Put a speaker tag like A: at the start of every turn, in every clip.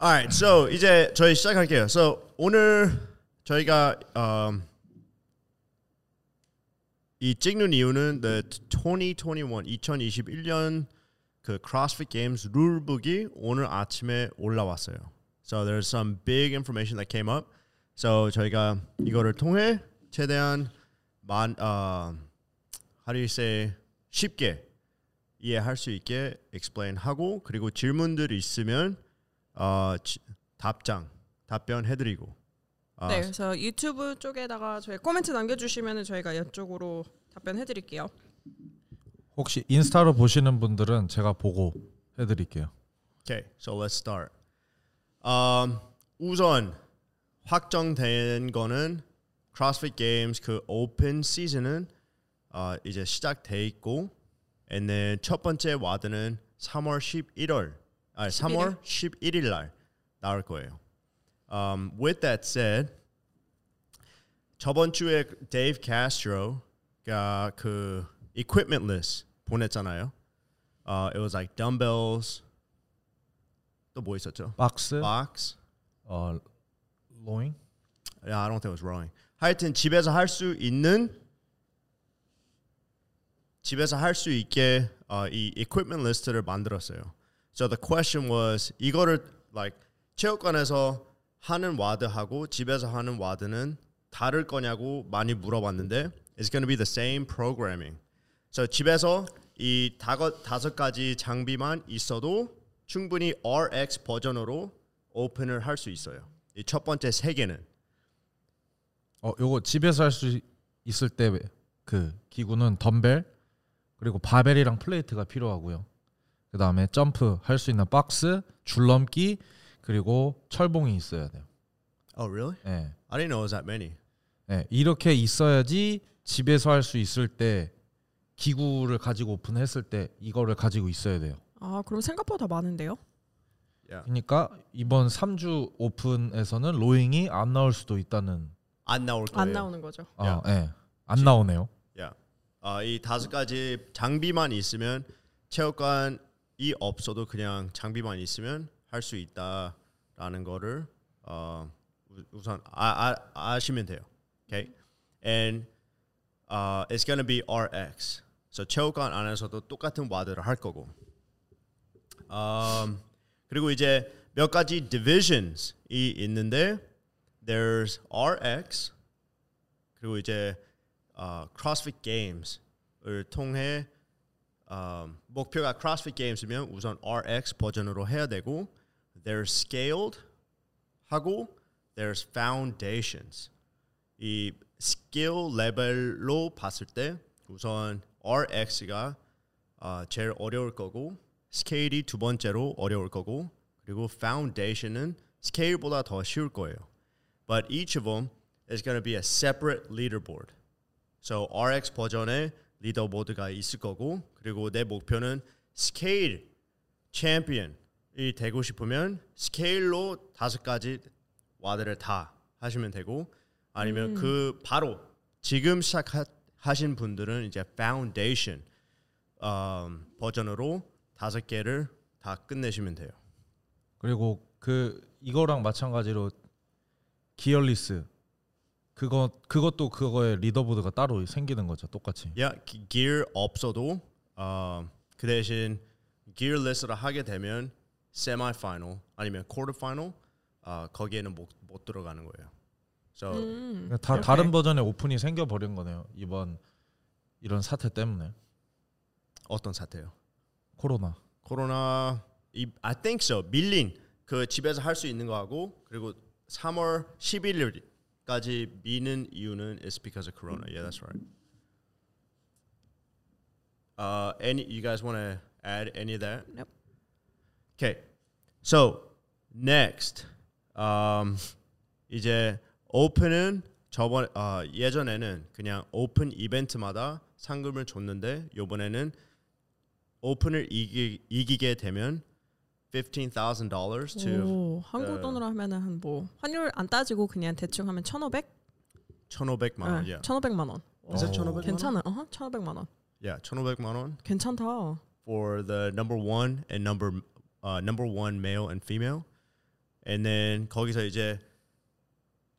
A: Alright, so 이제 저희 시작할게요. So 오늘 저희가 um, 이 찍는 이유는 the 2021 2021년 그 CrossFit Games 룰북이 오늘 아침에 올라왔어요. So there's some big information that came up. So 저희가 이거를 통해 최대한 만 어, how do you say 쉽게 이해할 수 있게 explain하고 그리고 질문들이 있으면 어, 지- 답장 답변해드리고 아,
B: 네, 그래서 유튜브 쪽에다가 저희 코멘트 남겨주시면 저희가 이쪽으로 답변해드릴게요.
C: 혹시 인스타로 보시는 분들은 제가 보고 해드릴게요.
A: Okay, so let's start. Um, 우선 확정된 거는 CrossFit Games 그 오픈 시즌은 어, 이제 시작돼 있고, and then 첫 번째 와드는 3월 11월, 아 3월 11일 날 나올 거예요. Um, with that said, 저번 주에 Dave Castro가 그 equipment list 보냈잖아요. Uh, it was like dumbbells, 또 뭐 있었죠?
C: 박스,
A: box.
C: 어, 로잉,
A: Yeah, I don't think it was rowing. 하여튼 집에서 할 수 있는 집에서 할 수 있게 어, 이 equipment 리스트를 만들었어요. So the question was 이거를 like 체육관에서 하는 와드하고 집에서 하는 와드는 다를 거냐고 많이 물어봤는데 it's going to be the same programming. So 집에서 이 다거, 다섯 가지 장비만 있어도 충분히 RX 버전으로 오픈을 할 수 있어요. 이 첫 번째 세 개는
C: 어, 요거 집에서 할 수 있을 때 그 기구는 덤벨 그리고 바벨이랑 플레이트가 필요하고요. 그 다음에 점프 할 수 있는 박스, 줄넘기 그리고 철봉이 있어야 돼요.
A: Oh, really?
C: 예.
A: I didn't know it was that many.
C: 예, 이렇게 있어야지 집에서 할 수 있을 때 기구를 가지고 오픈했을 때 이거를 가지고 있어야 돼요.
B: 아, 그럼 생각보다 많은데요?
A: 네. Yeah.
C: 그러니까 이번 3주 오픈에서는 로잉이 안 나올 수도 있다는
A: 안 나올 거예요.
B: 안 나오는 거죠.
C: 아,
A: 야.
C: 예. 안 나오네요.
A: Yeah. 아, 이 다섯 가지 장비만 있으면 체육관이 없어도 그냥 장비만 있으면 할 수 있다라는 거를 어, 우- 우선 아, 아, 아시면 돼요. Okay. And uh, it's gonna be RX. So 체육관 안에서도 똑같은 와드를 할 거고. Um, 그리고 이제 몇 가지 divisions 이 있는데 there's RX 그리고 이제 어, CrossFit Games을 통해 어, 목표가 CrossFit Games이면 우선 RX 버전으로 해야 되고 there's scaled 하고 there's foundations 이 스킬 레벨로 봤을 때 우선 RX가 어, 제일 어려울 거고 스케일이 두 번째로 어려울 거고 그리고 foundation은 스케일보다 더 쉬울 거예요. But each of them is going to be a separate leaderboard. So RX 버전의 리더보드가 있을 거고 그리고 내 목표는 스케일 챔피언이 되고 싶으면 스케일로 다섯 가지 와드를 다 하시면 되고 아니면 그 바로 지금 시작하신 분들은 이제 파운데이션 음, 버전으로 다섯 개를 다 끝내시면 돼요.
C: 그리고 그 이거랑 마찬가지로 기어리스 그거 그것도 그거의 리더보드가 따로 생기는 거죠. 똑같이.
A: 야 기- gear 없어도 어, 그 대신 gear list를 하게 되면 semi final 아니면 quarter final 어, 거기에는 못, 못 들어가는 거예요. So
C: 다
B: 음. 오케이.
C: 그러니까 다른 버전의 오픈이 생겨 버린 거네요. 이번 이런 사태 때문에
A: 어떤 사태요?
C: 코로나.
A: 코로나 이 I think so 밀린 그 집에서 할 수 있는 거 하고 그리고 3월 11일까지 미는 이유는 is because of corona. Yeah, that's right. Uh, any you guys want to add any of that?
B: Nope.
A: Okay. So next, um, 이제 오픈은 저번 어, 예전에는 그냥 오픈 이벤트마다 상금을 줬는데 이번에는 오픈을 이기, 이기게 되면 $15,000 to
B: 오,
A: 네.
B: 한국 돈으로 하면은 한뭐 환율 안 따지고 그냥 대충 하면 1,500?
A: 1,500만 원.
B: 네,
A: Yeah.
B: 1,500만 원.
A: Is it
C: 어.
A: 1,500만 원?
B: 괜찮아. 어, 1,500만 원.
A: Yeah, 1,500만 원
B: 괜찮다.
A: for the number one and number uh, number one male and female. and then 거기서 이제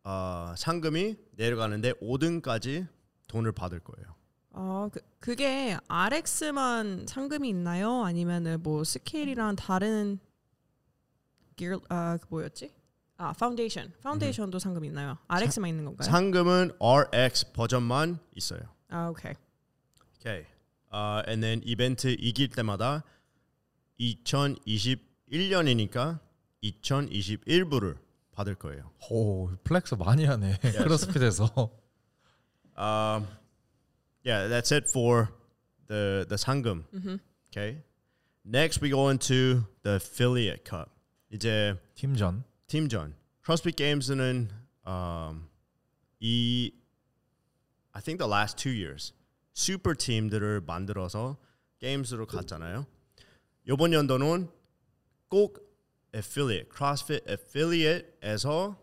A: 아, 상금이 내려가는데 5등까지 돈을 받을 거예요.
B: 아, 그, 그게 RX만 상금이 있나요? 아니면은 뭐 스케일이랑 다른 gear 아그 뭐였지? 아, 파운데이션. 파운데이션도 상금이 있나요? RX만 있는 건가요?
A: 상금은 RX 버전만 있어요.
B: 아, 오케이.
A: 오케이. 아, and then 이벤트 이길 때마다 2021년이니까 2021불을 받을 거예요.
C: 오 플렉스 많이 하네 크로스핏에서
A: Um, yeah, that's it for the the sangam. Okay. Next, we go into the affiliate cup. uh, 이제
C: 팀전
A: 팀전. CrossFit Games는 um, 이 I think the last two years super 팀들을 만들어서 게임스로 갔잖아요. 이번 연도는 꼭 affiliate, CrossFit affiliate에서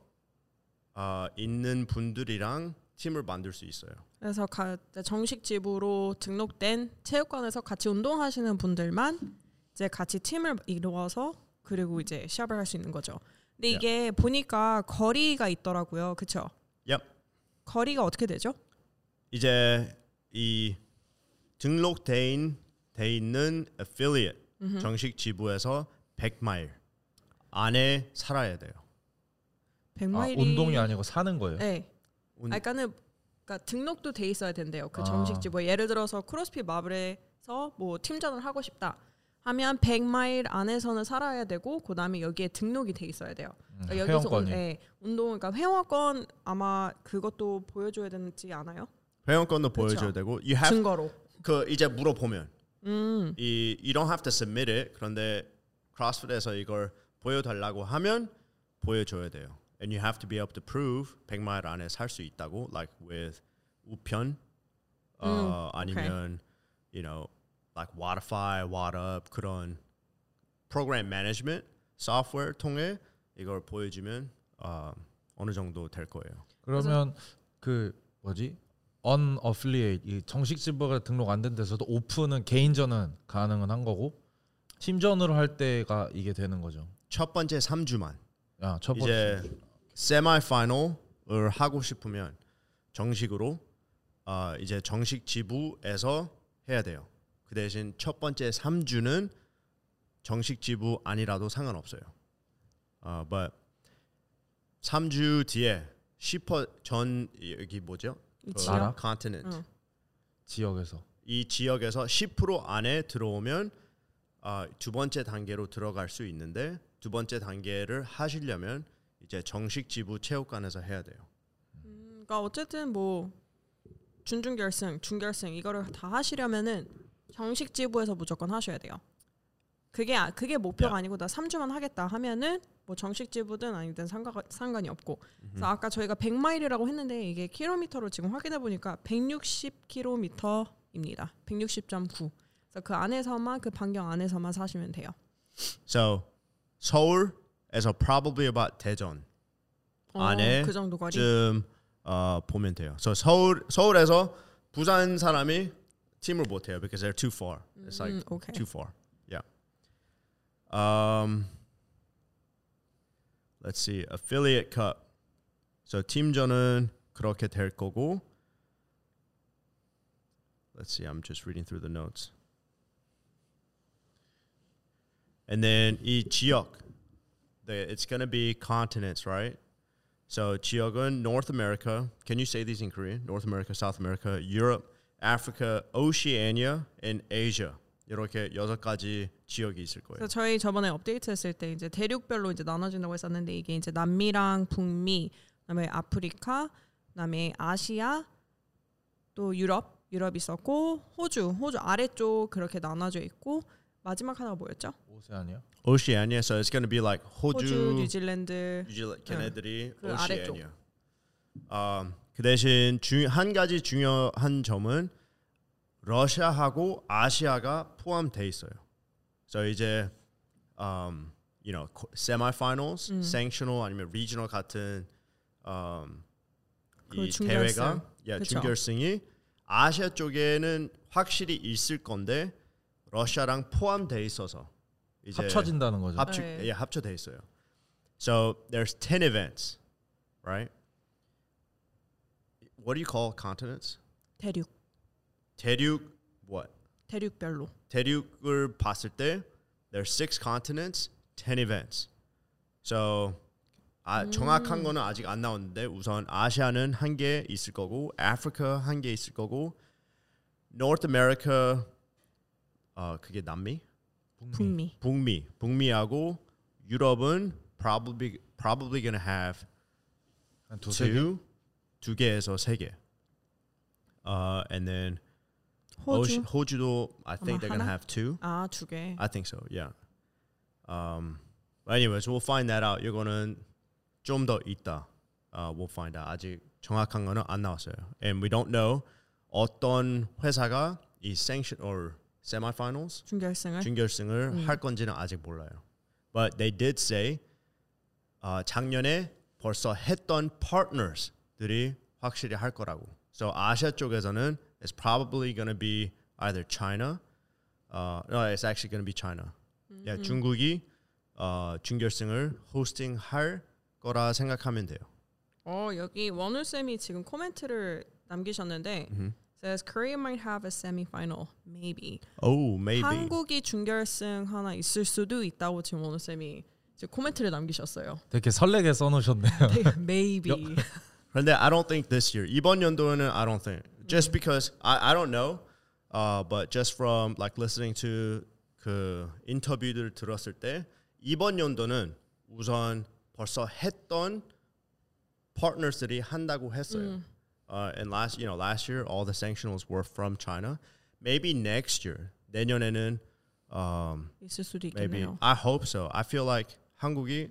A: 아, 있는 분들이랑 팀을 만들 수 있어요.
B: 그래서 가, 정식 지부로 등록된 체육관에서 같이 운동하시는 분들만 이제 같이 팀을 이루어서 그리고 이제 시합을 할 수 있는 거죠. 근데
A: 네.
B: 이게 보니까 거리가 있더라고요. 그쵸?
A: Yep.
B: 거리가 어떻게 되죠?
C: 아,
A: 이제 이 등록된 돼 있는 affiliate 정식 지부에서 100마일 안에 살아야 돼요.
B: 100마일이
C: 아, 운동이 아니고 사는 거예요
B: 네.
A: 운-
B: 아, 그러니까는 그러니까 등록도 돼 있어야 된대요. 그
C: 아.
B: 정식지 뭐 예를 들어서 크로스핏 마블에서 뭐 팀전을 하고 싶다 하면 100마일 안에서는 살아야 되고 그다음에 여기에 등록이 돼 있어야 돼요.
C: 음,
B: 그러니까 여기서 운-
C: 회원권이
B: 네, 운동 그러니까 회원권 아마 그것도 보여줘야 되지 않아요?
A: 회원권도
B: 그쵸.
A: 보여줘야 되고 you have
B: 증거로.
A: 그 이제 물어보면
B: 음.
A: 이 you don't have to submit it 그런데 크로스핏에서 이걸 보여달라고 하면 보여줘야 돼요. And you have to be able to prove 100마일 안에 살 수 있다고 like with 우편 어, 아니면 you know like Watify, Watup 그런 프로그램 매니지먼트 소프트웨어 통해 이걸 보여주면 어, 어느 정도 될 거예요.
C: 그러면 그 뭐지 unaffiliate 이 정식 지부가 등록 안 된 데서도 오픈은 개인전은 가능은 한 거고 팀전으로 할 때가 이게 되는 거죠
A: 첫 번째 3주만
C: 야첫 번째
A: 이제 세미 파이널을 하고 싶으면 정식으로 아, 이제 정식 지부에서 해야 돼요. 그 대신 첫 번째 3주는 정식 지부 아니라도 상관없어요. 아, but 3주 뒤에 10%전 여기 뭐죠?
B: 이
A: 그
B: 지역?
C: 나라?
A: 컨티넨트.
B: 응.
C: 지역에서
A: 이 지역에서 10% 안에 들어오면 아, 두 번째 단계로 들어갈 수 있는데 두 번째 단계를 하시려면 이제 정식 지부 체육관에서 해야 돼요.
B: 그러니까 어쨌든 뭐 준중결승, 중결승 이거를 다 하시려면은 정식 지부에서 무조건 하셔야 돼요. 그게 아- 그게 목표가 아니고 나 3주만 하겠다 하면은 뭐 정식 지부든 아니든 상관 상관이 없고. 그래서 아까 저희가 100마일이라고 했는데 이게 킬로미터로 지금 확인해 보니까 160킬로미터입니다. 160.9. 그래서 그 안에서만 그 반경 안에서만 사시면 돼요.
A: So 서울에서 probably about 대전
B: 어,
A: 안에
B: 그 정도 거리.
A: 쯤 어, 보면 돼요. So 서울 서울에서 부산 사람이 팀을 못 해요 because they're too far. It's like
B: 음, 오케이.
A: too far. Yeah. Um, let's see. Affiliate Cup. So 팀전은 그렇게 될 거고. Let's see. I'm just reading through the notes. And then 이 지역. The, it's going to be continents, right? So 지역은 North America. Can you say these in Korean? North America, South America, Europe, Africa, Oceania, and Asia. 이렇게 여섯 가지 지역이 있을 거예요.
B: 그래서 저희 저번에 업데이트했을 때 이제 대륙별로 이제 나눠진다고 했었는데 이게 이제 남미랑 북미, 그다음에 아프리카, 그다음에 아시아, 또 유럽, 유럽 있었고 호주, 호주 아래쪽 그렇게 나눠져 있고 마지막 하나가 뭐였죠?
C: 오세아니아
A: Oceania. So it's going to be like 호주,
B: 호주, 뉴질랜드,
A: 유질 걔네들이
B: 그
A: 오시애니야. 아, 그 대신 주, 한 가지 중요한 점은 러시아하고 아시아가 포함돼 있어요. 그래서 이제 um, you know, co- semifinals,
B: 음.
A: sanctional 아니면 regional 같은 um,
B: 그
A: 이
B: 중결승.
A: 대회가 yeah,
B: 그쵸.
A: 중결승이 아시아 쪽에는 확실히 있을 건데 러시아랑 포함돼 있어서 이제
C: 합쳐진다는 거죠
A: 합쳐
B: 네.
A: 예, 합쳐돼 있어요. So there's 10 events, right? What do you call continents?
B: 대륙
A: 대륙 what?
B: 대륙별로
A: 대륙을 봤을 때 there's six continents, 10 events. So 아, 정확한 거는 아직 안 나왔는데 우선 아시아는 한 개 있을 거고 아프리카 한 개 있을 거고 North America 어, 그게 남미?
B: 북미
A: 북미, 북미하고 유럽은 probably probably gonna have
C: 한 두세 개?
A: two, 두 개에서 세 개. Uh, and then
B: 호주
A: 오시- 호주도 I think they're gonna
B: 하나?
A: have two.
B: 아 두개
A: I think so. Yeah. Um. But anyways, we'll find that out. 이거는 좀더 있다. Uh, we'll find out. 아직 정확한 거는 안 나왔어요. And we don't know 어떤 회사가 이 sanction or semifinals
B: 준결승을
A: 준결승을
B: 음.
A: 할 건지는 아직 몰라요. But they did say 아, 작년에 벌써 했던 partners들이 확실히 할 거라고. So 아시아 쪽에서는 it's probably going to be either China. Uh, no, it's actually going to be China. Yeah,
B: 음.
A: 중국이 어, 준결승을 호스팅 할 거라 생각하면 돼요.
B: 어 여기 원울 쌤이 지금 코멘트를 남기셨는데 says Korea might have a semi-final maybe.
A: Oh, maybe.
B: 한국이 준결승 하나 있을 수도 있다고 지금 원울 쌤이 지금 코멘트를 남기셨어요.
C: 되게 설레게 써놓으셨네요.
B: 네, maybe.
A: 그런데 I don't think this year. 이번 연도에는 I don't think. Just because I, I don't know. Uh, but just from like listening to 그 인터뷰들 들었을 때 이번 연도는 우선 벌써 했던 partners들이 한다고 했어요. Uh, and last you know last year all the sanctionals were from China. Maybe next year 내년에는 um,
B: 있을 수도
A: Maybe.
B: 있겠네요.
A: I hope so. I feel like 한국이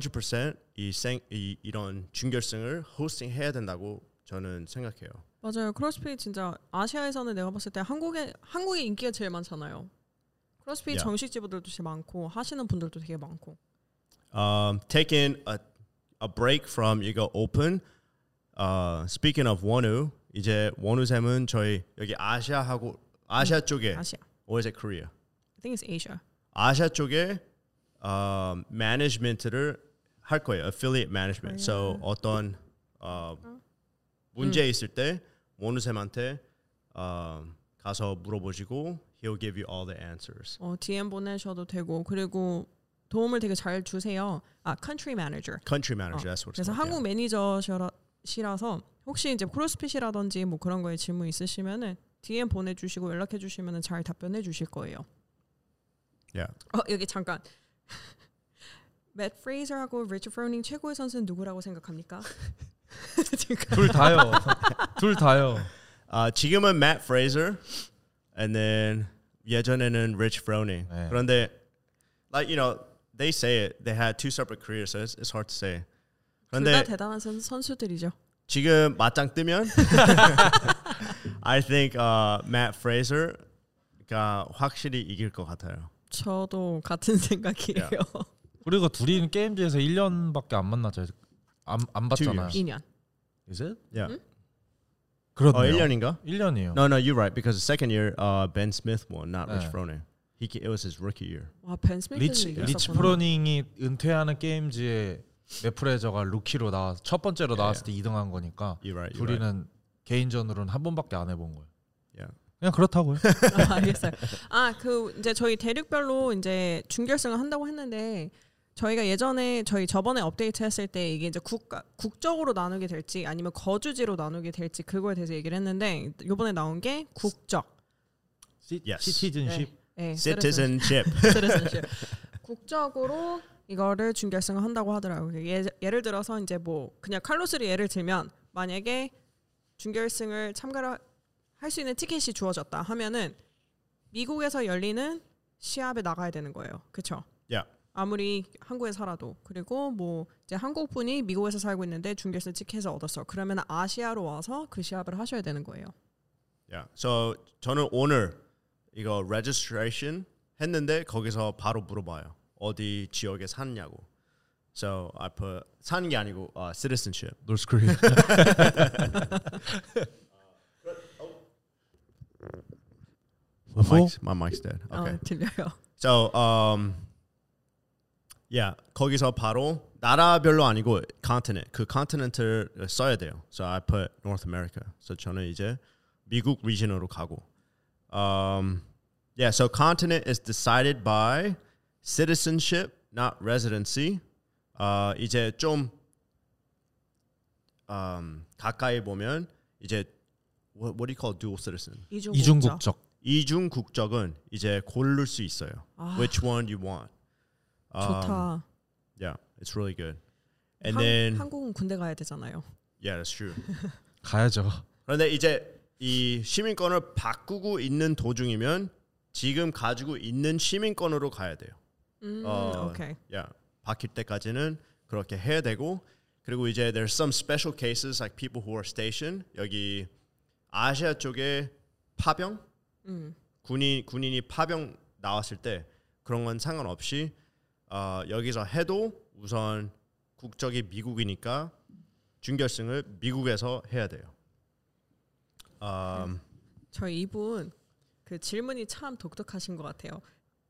A: 100%이 생, 이, 이런 준결승을 호스팅해야 된다고 저는 생각해요.
B: 맞아요. 크로스핏 진짜 아시아에서는 내가 봤을 때 한국에 한국의 인기가 제일 많잖아요. 크로스핏
A: Yeah.
B: 정식 지부들도 제일 많고 하시는 분들도 되게 많고.
A: Um, taking a, a break from 이거 open. Uh, speaking of 원우, 이제 원우 쌤은 저희 여기 아시아하고 아시아 쪽에
B: 음, 아시아.
A: or is it Korea?
B: I think it's Asia.
A: 아시아 쪽에 어, management를 할 거예요. affiliate management. So 어떤 어, 문제 있을 때 모누쌤한테 어, 가서 물어보시고 he'll give you all the answers.
B: 어, DM 보내셔도 되고 그리고 도움을 되게 잘 주세요. 아, country manager.
A: country manager. that's what it's
B: 그래서
A: called,
B: 한국 매니저시라서 혹시 이제 크로스핏이라든지 뭐 그런 거에 질문 있으시면은 DM 보내주시고 연락해주시면은 잘 답변해 주실 거예요.
A: yeah. yeah.
B: 어 여기 잠깐. 맷 프레이저하고 리처 프로닝 최고의 선수는 누구라고 생각합니까? 지금
C: 둘 다요. 둘 다요.
A: 아, 지금은 Matt Fraser and then 예전에는 Rich Froning.
C: 네.
A: 그런데 like you know they say it they had two separate careers so it's, it's hard to say.
B: 둘다
A: 그런데
B: 대단한 선, 선수들이죠.
A: 지금 맞짱 뜨면 I think uh, Matt Fraser가 확실히 이길 것 같아요.
B: 저도 같은 생각이에요.
C: 그리고 둘이 게임즈에서 1년밖에 안 만났죠. 안, 안 봤잖아요.
A: years.
B: 2년.
C: Is it?
A: Yeah.
C: 그렇네요.
A: 어 1년인가?
C: 1년이에요.
A: No, no, you're right because the second year uh, Ben Smith won, not Rich
C: 네.
A: Froning. He ca- it was his rookie year.
B: 와, 벤 스미스
C: 리치 리치 프로닝이 은퇴하는 게임즈에 메프레저가 루키로 나와 첫 번째로 나왔을 때 2등한 거니까
A: You're right. 예. You're right.
C: 둘이는 개인전으로는 한 번밖에 안 해본 거예요.
A: Yeah.
C: 그냥 그렇다고요.
B: 아, 알겠어요. 아, 그 이제 저희 대륙별로 이제 준결승을 한다고 했는데 저희가 예전에 저희 저번에 업데이트 했을 때 이게 이제 국가 국적으로 나누게 될지 아니면 거주지로 나누게 될지 그거에 대해서 얘기를 했는데 요번에 나온 게 국적.
C: 시,
A: Yes.
C: 시티즌십.
B: 네,
A: Citizenship.
B: citizenship. 국적으로 이거를 준결승을 한다고 하더라고요. 예, 예를 들어서 이제 뭐 그냥 칼로스를 예를 들면 만약에 준결승을 참가를 할 수 있는 티켓이 주어졌다 하면은 미국에서 열리는 시합에 나가야 되는 거예요. 그렇죠?
A: Yeah.
B: 아무리 한국에 살아도 그리고 뭐 이제 한국 분이 미국에서 살고 있는데 준결승 티켓을 얻었어. 그러면 아시아로 와서 그 시합을 하셔야 되는 거예요.
A: Yeah. So 저는 오늘 이거 registration 했는데 거기서 바로 물어봐요. 어디 지역에 사느냐고. So I put 사는 게 아니고 uh, citizenship.
C: 노스코리아.
B: 아, Oh,
A: My mic's, my mic's dead. Okay.
B: 어, 들려요.
A: So, um, yeah, 거기서 바로 나라별로 아니고 continent 그 continent를 써야 돼요. So I put North America. So 저는 이제 미국 region으로 가고. Um, yeah, so continent is decided by citizenship, not residency. 아 이제 좀 um, 가까이 보면 이제 what, what do you call dual citizen?
B: 이중 국적.
C: 이중국적.
A: 이중 국적은 이제 고를 수 있어요.
B: 아.
A: Which one you want? Um,
B: 좋다.
A: Yeah, it's really good. And
B: 한,
A: then
B: 한국은 군대 가야 되잖아요.
A: yeah, that's true.
C: 가야죠.
A: 그런데 이제 이 시민권을 바꾸고 있는 도중이면 지금 가지고 있는 시민권으로 가야 돼요.
B: 음,
A: 어,
B: 오케이.
A: Yeah, 바뀔 때까지는 그렇게 해야 되고 그리고 이제 there's some special cases like people who are stationed 여기 아시아 쪽에 파병
B: 음.
A: 군인 군인이 파병 나왔을 때 그런 건 상관없이 어, 여기서 해도 우선 국적이 미국이니까 준결승을 미국에서 해야 돼요. 음,
B: 저 이분 그 질문이 참 독특하신 것 같아요.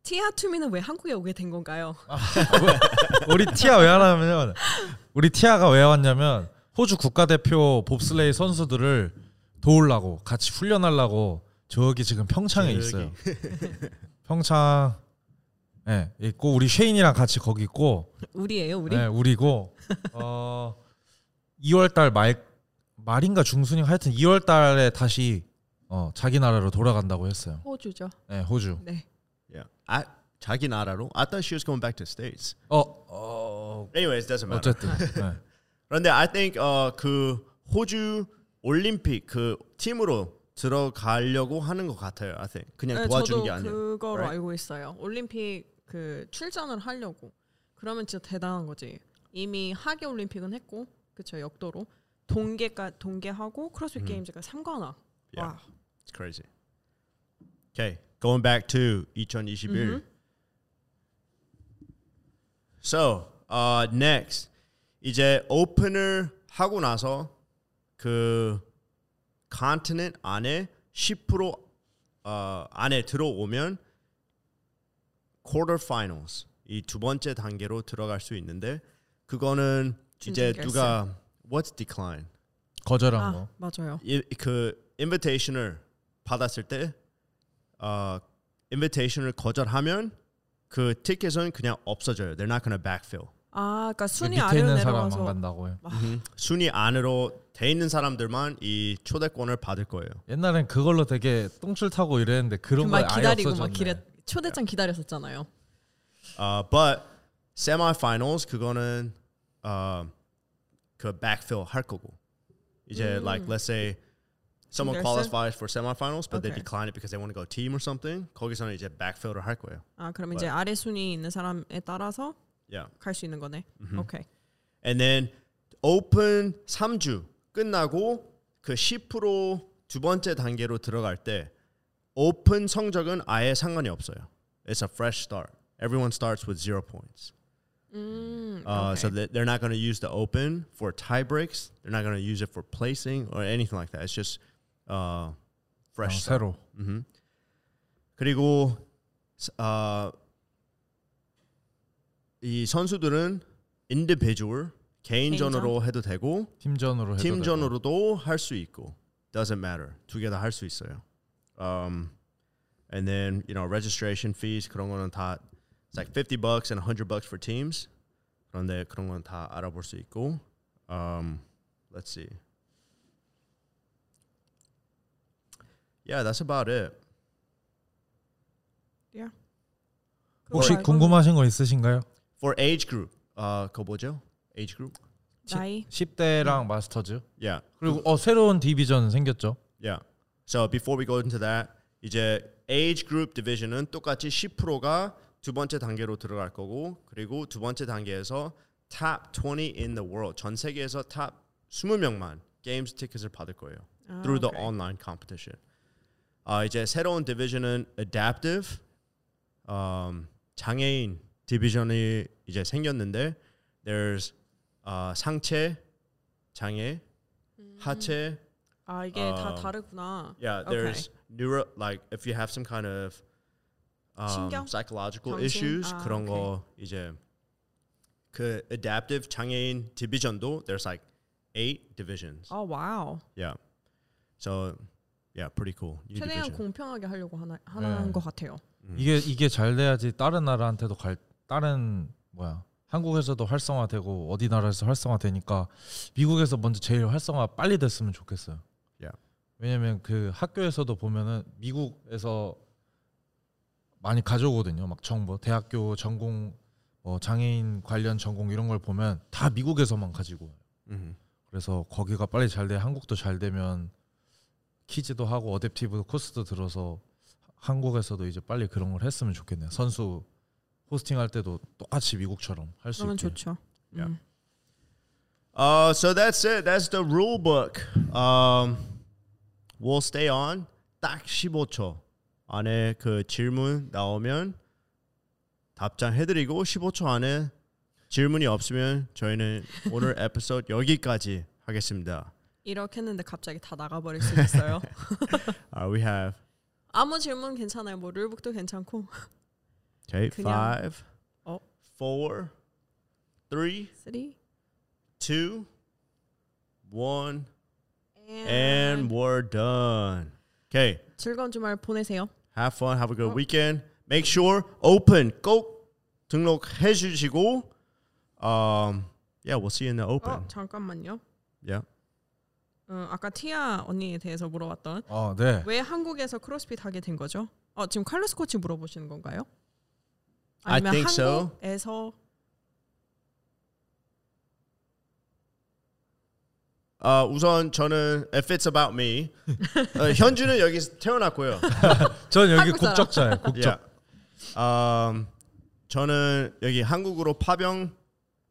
B: 티아 투미는 왜 한국에 오게 된 건가요?
C: 우리 티아 왜 하냐면 우리 티아가 왜 왔냐면 호주 국가대표 봅슬레이 선수들을 도우려고 같이 훈련하려고 저기 지금 평창에
A: 저기.
C: 있어요. 평창 예 있고 우리 쉐인이랑 같이 거기 있고
B: 우리예요, 우리.
C: 네, 우리고 어 2월달 말 말인가 중순인가 하여튼 2월달에 다시 어, 자기 나라로 돌아간다고 했어요.
B: 호주죠.
C: 네, 호주.
B: 네.
A: yeah. 아, 자기 나라로? I thought she was going back to states.
C: 어, 어
A: Anyways, doesn't matter.
C: 어쨌든
B: 아.
C: 네.
A: 그런데 I think 어, 그 호주 올림픽 그 팀으로 들어가려고 하는 것 같아요. I think 그냥
B: 네,
A: 도와주는
B: 저도
A: 게 아니에요.
B: 그거로
A: right?
B: 알고 있어요. 올림픽 그 출전을 하려고. 그러면 진짜 대단한 거지. 이미 하계 올림픽은 했고, 그쵸 역도로 동계가 동계하고
C: 음.
B: 크로스핏 게임즈가 3관왕.
A: Yeah.
B: 와.
A: It's crazy. Okay, going back to 2021. So, uh, next 이제 오픈을 하고 나서 그 컨티넨트 안에 10% 어, 안에 들어오면 quarter finals 이 두 번째 단계로 들어갈 수 있는데 그거는 이제
B: 준결승.
A: 누가 what's decline
C: 거절한
B: 아
C: 거.
B: 맞아요.
A: 이- 그 인비테이션을 받았을 때 어, 인비테이션을 거절하면 그 티켓은 그냥 없어져요. They're not gonna backfill.
B: 아, 그러니까 순위
C: 밑에
B: 아래로
C: 있는 사람만
B: 내려가서
C: 간다고요.
A: 순위 안으로 돼 있는 사람들만 이 초대권을 받을 거예요.
C: 옛날엔 그걸로 되게 똥줄 타고 이랬는데 그런 거
B: 막
C: 아예
B: 기다리고
C: 없어졌네.
B: 막 기래 초대장 기다렸었잖아요.
A: 어, but semifinals 그거는 어, 그 backfill 할 거고. 이제 like let's say someone
B: 준결승?
A: qualifies for semifinals but they
B: Okay.
A: decline it because they want to go team or something. 거기서는 이제 backfill을 할 거예요.
B: 아, 그럼
C: 네.
B: 이제 아래 순위 있는 사람에 따라서
A: Yeah.
B: 갈 수 있는 거네. 오케이.
A: And then 오픈 3주 끝나고 그 10%두 번째 단계로 들어갈 때 오픈 성적은 아예 상관이 없어요. It's a fresh start. Everyone starts with zero points.
B: 음.
A: Uh,
B: 오케이.
A: So that they're not going to use the open for tie breaks. They're not going to use it for placing or anything like that. It's just uh,
C: 어,
A: fresh start.
C: 새로.
A: 음. 그리고 어, 이 선수들은 인디비주얼 개인전으로 해도 되고
C: 팀전으로 해도 되고.
A: 팀전으로도 할 수 있고 doesn't matter 두 개 다 할 수 있어요. Um, and then you know registration fees 그런 거는 다 it's like 50 bucks and 100 bucks for teams. 그런데 그런 건 다 알아볼 수 있고 um, let's see. Yeah, that's about it.
B: 그거
C: 혹시
B: 말고는
C: 궁금하신 거 있으신가요?
A: For age group. 아, 그거 뭐죠? age group?
B: 나이
C: 10대랑 마스터즈.
A: Yeah.
C: 그리고 어 새로운 디비전 생겼죠.
A: Yeah. So before we go into that, 이제 age group division은 똑같이 10%가 두 번째 단계로 들어갈 거고 그리고 두 번째 단계에서 top 20 in the world 전 세계에서 top 20명만 games 티켓을 받을 거예요.
B: 아,
A: through the
B: 오케이.
A: online competition. 아, 이제 새로운 division은 adaptive um, 장애인 디비전이 이제 생겼는데 there's 아, 상체 장애 하체
B: 아 이게 다
A: 어,
B: 다르구나.
A: Yeah,
B: Okay.
A: there's neuro like if you have some kind of um,
B: 신경?
A: psychological
B: 정신?
A: issues
B: 아,
A: 그런
B: okay.
A: 거 이제 그 adaptive 장애인 division도 there's like eight divisions.
B: 아 와우.
A: Yeah. So yeah, pretty cool. New
B: 최대한
A: division.
B: 공평하게 하려고 하나 하는
C: 네.
B: 것 같아요.
C: 이게 이게 잘 돼야지 다른 나라한테도 갈 다른 뭐야 한국에서도 활성화되고 어디 나라에서 활성화되니까 미국에서 먼저 제일 활성화 빨리 됐으면 좋겠어요.
A: Yeah.
C: 왜냐면 그 학교에서도 보면은 미국에서 많이 가져오거든요. 막 정보, 대학교 전공, 뭐 장애인 관련 전공 이런 걸 보면 다 미국에서만 가지고. 와요.
A: Mhm.
C: 그래서 거기가 빨리 잘 돼, 한국도 잘 되면 키즈도 하고 어댑티브 코스도 들어서 한국에서도 이제 빨리 그런 걸 했으면 좋겠네요. 선수 호스팅할 때도 똑같이 미국처럼 할 수
B: 그러면
C: 있게.
B: 좋죠.
A: 야.
B: 음.
A: Uh, so that's it. That's the rule book. Um, we'll stay on 딱 15초 안에 그 질문 나오면 답장해드리고 15초 안에 질문이 없으면 저희는 오늘 에피소드 여기까지 하겠습니다.
B: 이렇게 했는데 갑자기 다 나가버릴 수 있어요.
A: Uh, we have
B: 아무 질문 괜찮아요. 뭐 룰북도 괜찮고.
A: okay,
B: 그냥-
A: five,
B: 어.
A: four, three,
B: 3 a
A: two, one, and
B: n
A: we're done. Okay.
B: 즐거운 주말 보내세요.
A: Have fun. Have a good weekend. Make sure open. 꼭 등록해 주시고. Um, yeah, we'll see you in the open.
B: 어, 잠깐만요.
A: Yeah.
B: 어, 아까 티아 언니에 대해서 물어봤던
C: 어, 네.
B: 왜 한국에서 크로스핏 하게 된 거죠? 어, 지금 칼로스 코치 물어보시는 건가요?
A: I
B: 아니면
A: think so.
B: 한국에서
A: 아, 우선 저는 if it's about me. 어, 현주는 여기서 태어났고요.
C: 전 여기
B: 한국 사람.
C: 국적자예요. 국적.
A: Yeah. Um, 저는 여기 한국으로 파병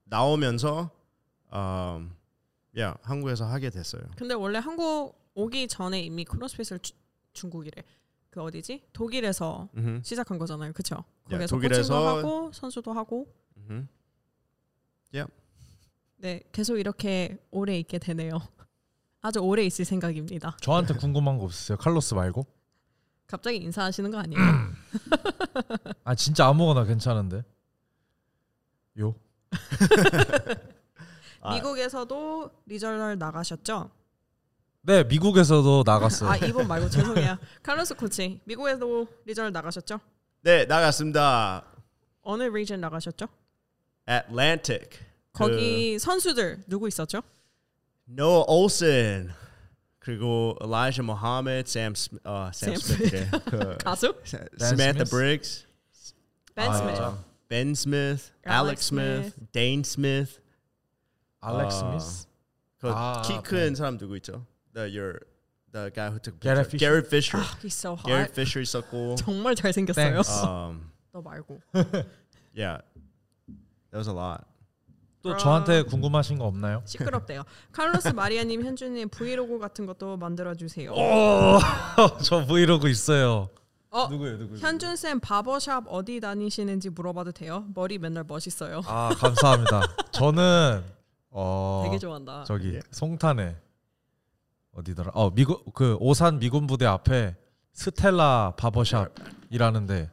A: 나오면서 um, yeah, 한국에서 하게 됐어요.
B: 근데 원래 한국 오기 전에 이미 크로스핏을 주- 중국이래. 그 어디지? 독일에서
A: 음흠.
B: 시작한 거잖아요. 그쵸?
A: 예,
B: 거기서
A: 독일에서-
B: 코칭도 하고 선수도 하고
A: 음흠.
B: 네 계속 이렇게 오래 있게 되네요. 아주 오래 있을 생각입니다.
C: 저한테 궁금한 거 없으세요? 칼로스 말고?
B: 갑자기 인사하시는 거 아니에요?
C: 아, 진짜 아무거나 괜찮은데. 요.
A: 아,
B: 미국에서도 리저널 나가셨죠?
C: 네, 미국에서도 나갔어요.
B: 아 이번 말고 죄송해요. 칼로스 코치 미국에도 리저널 나가셨죠?
A: 네, 나갔습니다.
B: 어느 리전 나가셨죠?
A: Atlantic.
C: 그
B: 거기 선수들 누구 있었죠?
A: Noah Olsen 그리고 Elijah Muhammad, Sam Sm- 어, Sam
B: Sam
A: Smith, 예. 그
B: 가수?
A: Samantha
C: Smith.
A: Briggs,
B: 벤 스미스.
C: 아,
A: Ben Smith, Alex
B: Alex
A: Smith, Dane Smith.
C: 알렉스
A: 아.
C: 미스. 아,
A: 그키큰 사람 누구 있죠? The your the guy who took
C: Garrett
A: picture.
C: Fisher.
A: Garrett Fisher.
B: He's so hot.
A: Garrett Fisher 있었고.
B: 정말 잘생겼어요.
C: Thanks.
A: Um,
B: 너 말고.
A: yeah, that was a lot.
B: 아.
C: 또 저한테 궁금하신 거 없나요?
B: 시끄럽대요. 칼로스 마리아님, 현주님 브이로그 같은 것도 만들어 주세요.
C: 오, 저 브이로그 있어요.
B: 어,
C: 누구예요, 누구예요?
B: 현준 쌤 바버샵 어디 다니시는지 물어봐도 돼요? 머리 맨날 멋있어요.
C: 아, 감사합니다. 저는 어
B: 되게 좋아한다.
C: 저기
A: 예.
C: 송탄에 어디더라? 어, 미군 그 오산 미군 부대 앞에 스텔라 바버샵이라는데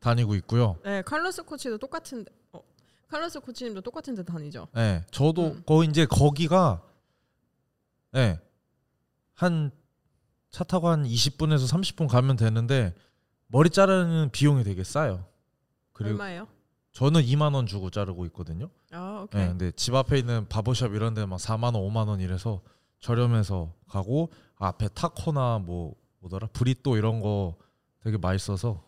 C: 다니고 있고요.
B: 네, 칼로스 코치도 똑같은데. 어, 칼로스 코치님도 똑같은데 다니죠.
C: 예. 저도
B: 음.
C: 거 이제 거기가 예. 한 차 타고 한 20분에서 30분 가면 되는데 머리 자르는 비용이 되게 싸요. 그리고
B: 얼마예요?
C: 저는 2만 원 주고 자르고 있거든요.
B: 아, 오케이.
C: 네, 근데 집 앞에 있는 바버샵 이런 데는 막 4만 원, 5만 원 이래서 저렴해서 가고 앞에 타코나 뭐 뭐더라 브리또 이런 거 되게 맛있어서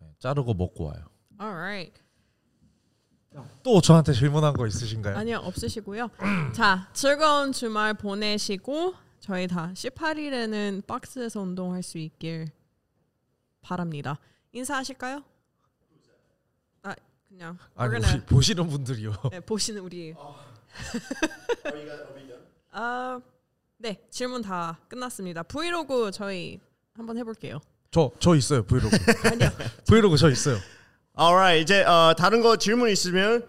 C: 네, 자르고 먹고 와요.
B: Alright.
C: 또 저한테 질문한 거 있으신가요?
B: 아니요, 없으시고요. 자, 즐거운 주말 보내시고 저희 다 18일에는 박스에서 운동할 수 있길 바랍니다. 인사하실까요? 아, 그냥
C: 아니,
B: we're
C: 우리
B: gonna-
C: 보시는 분들이요.
B: 네, 보시는 우리. 아, 네 질문 다 끝났습니다. 브이로그 저희 한번 해볼게요.
C: 저 저 있어요 브이로그. 브이로그 저 있어요.
A: All right, 이제 어, 다른 거 질문 있으면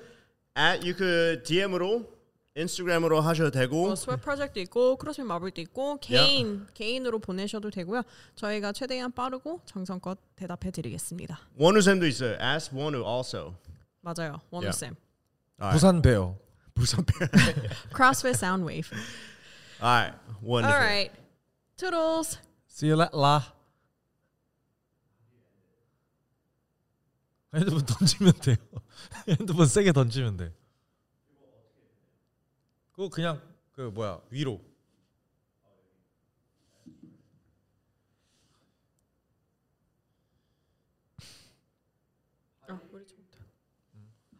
A: at you could DM으로 인스타그램으로 하셔도 되고.
B: 뭐 스웨 프로젝트 있고 크로스핏 마블도 있고 개인 개인으로 보내셔도 되고요. 저희가 최대한 빠르고 정성껏 대답해드리겠습니다.
A: 원우 쌤도 있어요. Ask 원우 also.
B: 맞아요, 원우
A: 야.
B: 쌤.
A: All right.
C: 부산 배요.
A: Busan bear.
B: CrossFit Soundwave.
A: All right,
B: All
A: wonderful.
B: right. Toodles.
C: See you later. 라. 핸드폰 던지면 돼요. 핸드폰 세게 던지면 돼. 그거 그냥 그 뭐야 위로.
B: 아, 우리 좀부터.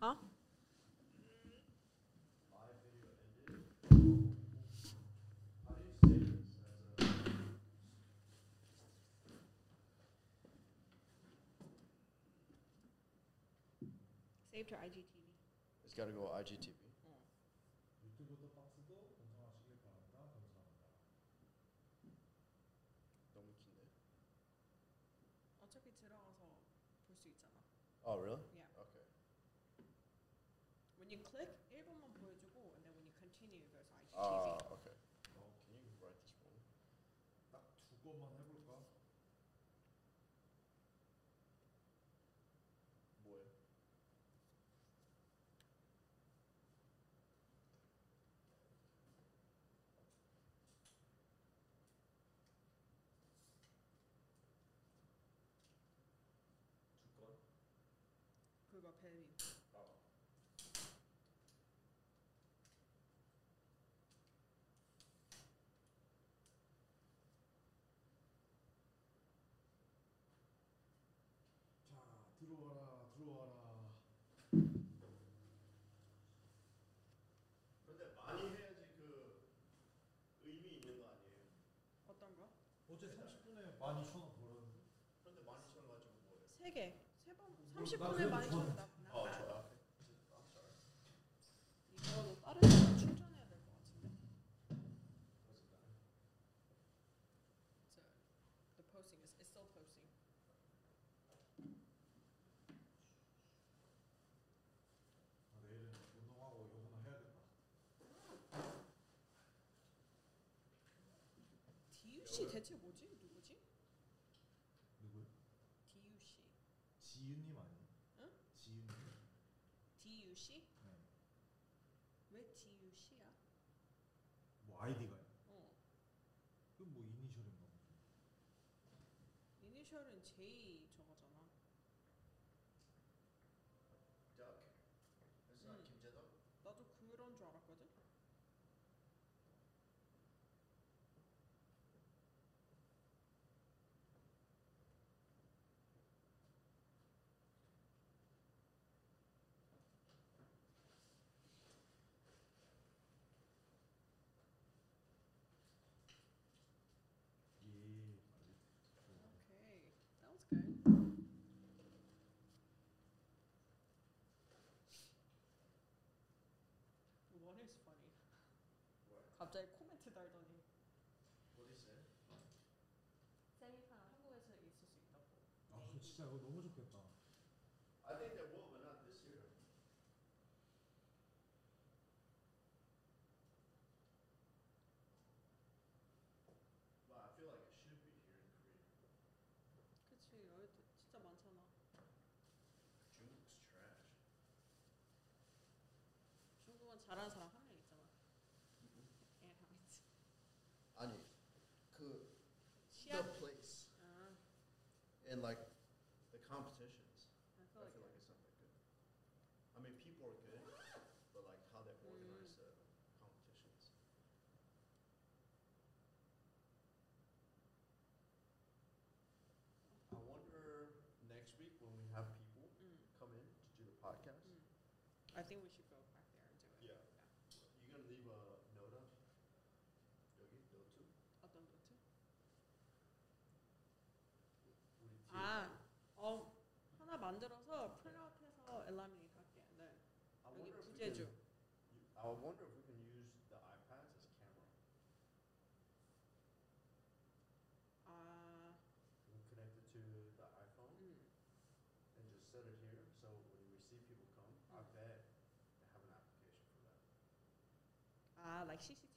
B: 아? Saved her IGTV.
A: It's got to go IGTV.
B: 어차피 들어가서 볼 수 있잖아.
A: Oh, really?
B: When you click 1번만 보여주고 and then when you continue there's IGTV.
A: okay.
B: 그거 벨 어떤 거? 어제 30분에 12,000원 벌었는데. 그런데 12,000원 가지고 뭐 해? 세 개. 세번 30분에 12,000원 나. 어, 좋아. 이거도 다른 데 충전해야 될 것 같은데. So, the posting is it's still posting. DUC 대체 뭐지? 누구지? 누구요? DUC. 지윤님 아니에요? 응? 지윤님? DUC? 네. 왜 DUC야?
C: 뭐 아이디가
B: 어.
C: 그뭐 이니셜인가?
B: 이니셜은 J 저거잖아. 나도 그런 줄 알았거든. Okay, that was good. What is funny? 갑자기 코멘트 달더니. 셀카 한국에서 있을 수 있다고.
C: 아 진짜 이거 너무 좋겠다.
B: 그치 여기 진짜 많잖아. 중국은 잘하는 사람 한 명 있잖아. 예, 알겠지.
A: 아니, 그
B: 시합.
A: the place
B: 아,
A: and like the competitions. Uh-huh. I
B: 그거
A: feel like it's not that good. I mean, people are good, but like how they organize the competitions. I wonder next week when we have people
B: 음.
A: come in to do the podcast,
B: 음. I think we should go back there and do it.
A: Yeah. you gonna leave a note up? 여기 노트?
B: 어떤 노트?
A: 우리 팀.
B: 아, 어 하나 만들어서 프린트해서 엘라미네이트 할게. 네.
A: I
B: 여기
A: wonder if we
B: 부재주.
A: can- I wonder if we can use the iPads as camera.
B: 아,
A: We'll connect it to the iPhone.
B: 음,
A: and just set it here. So when we
B: 음.
A: see people come, I bet they have an application for that.
B: 아, like CCTV.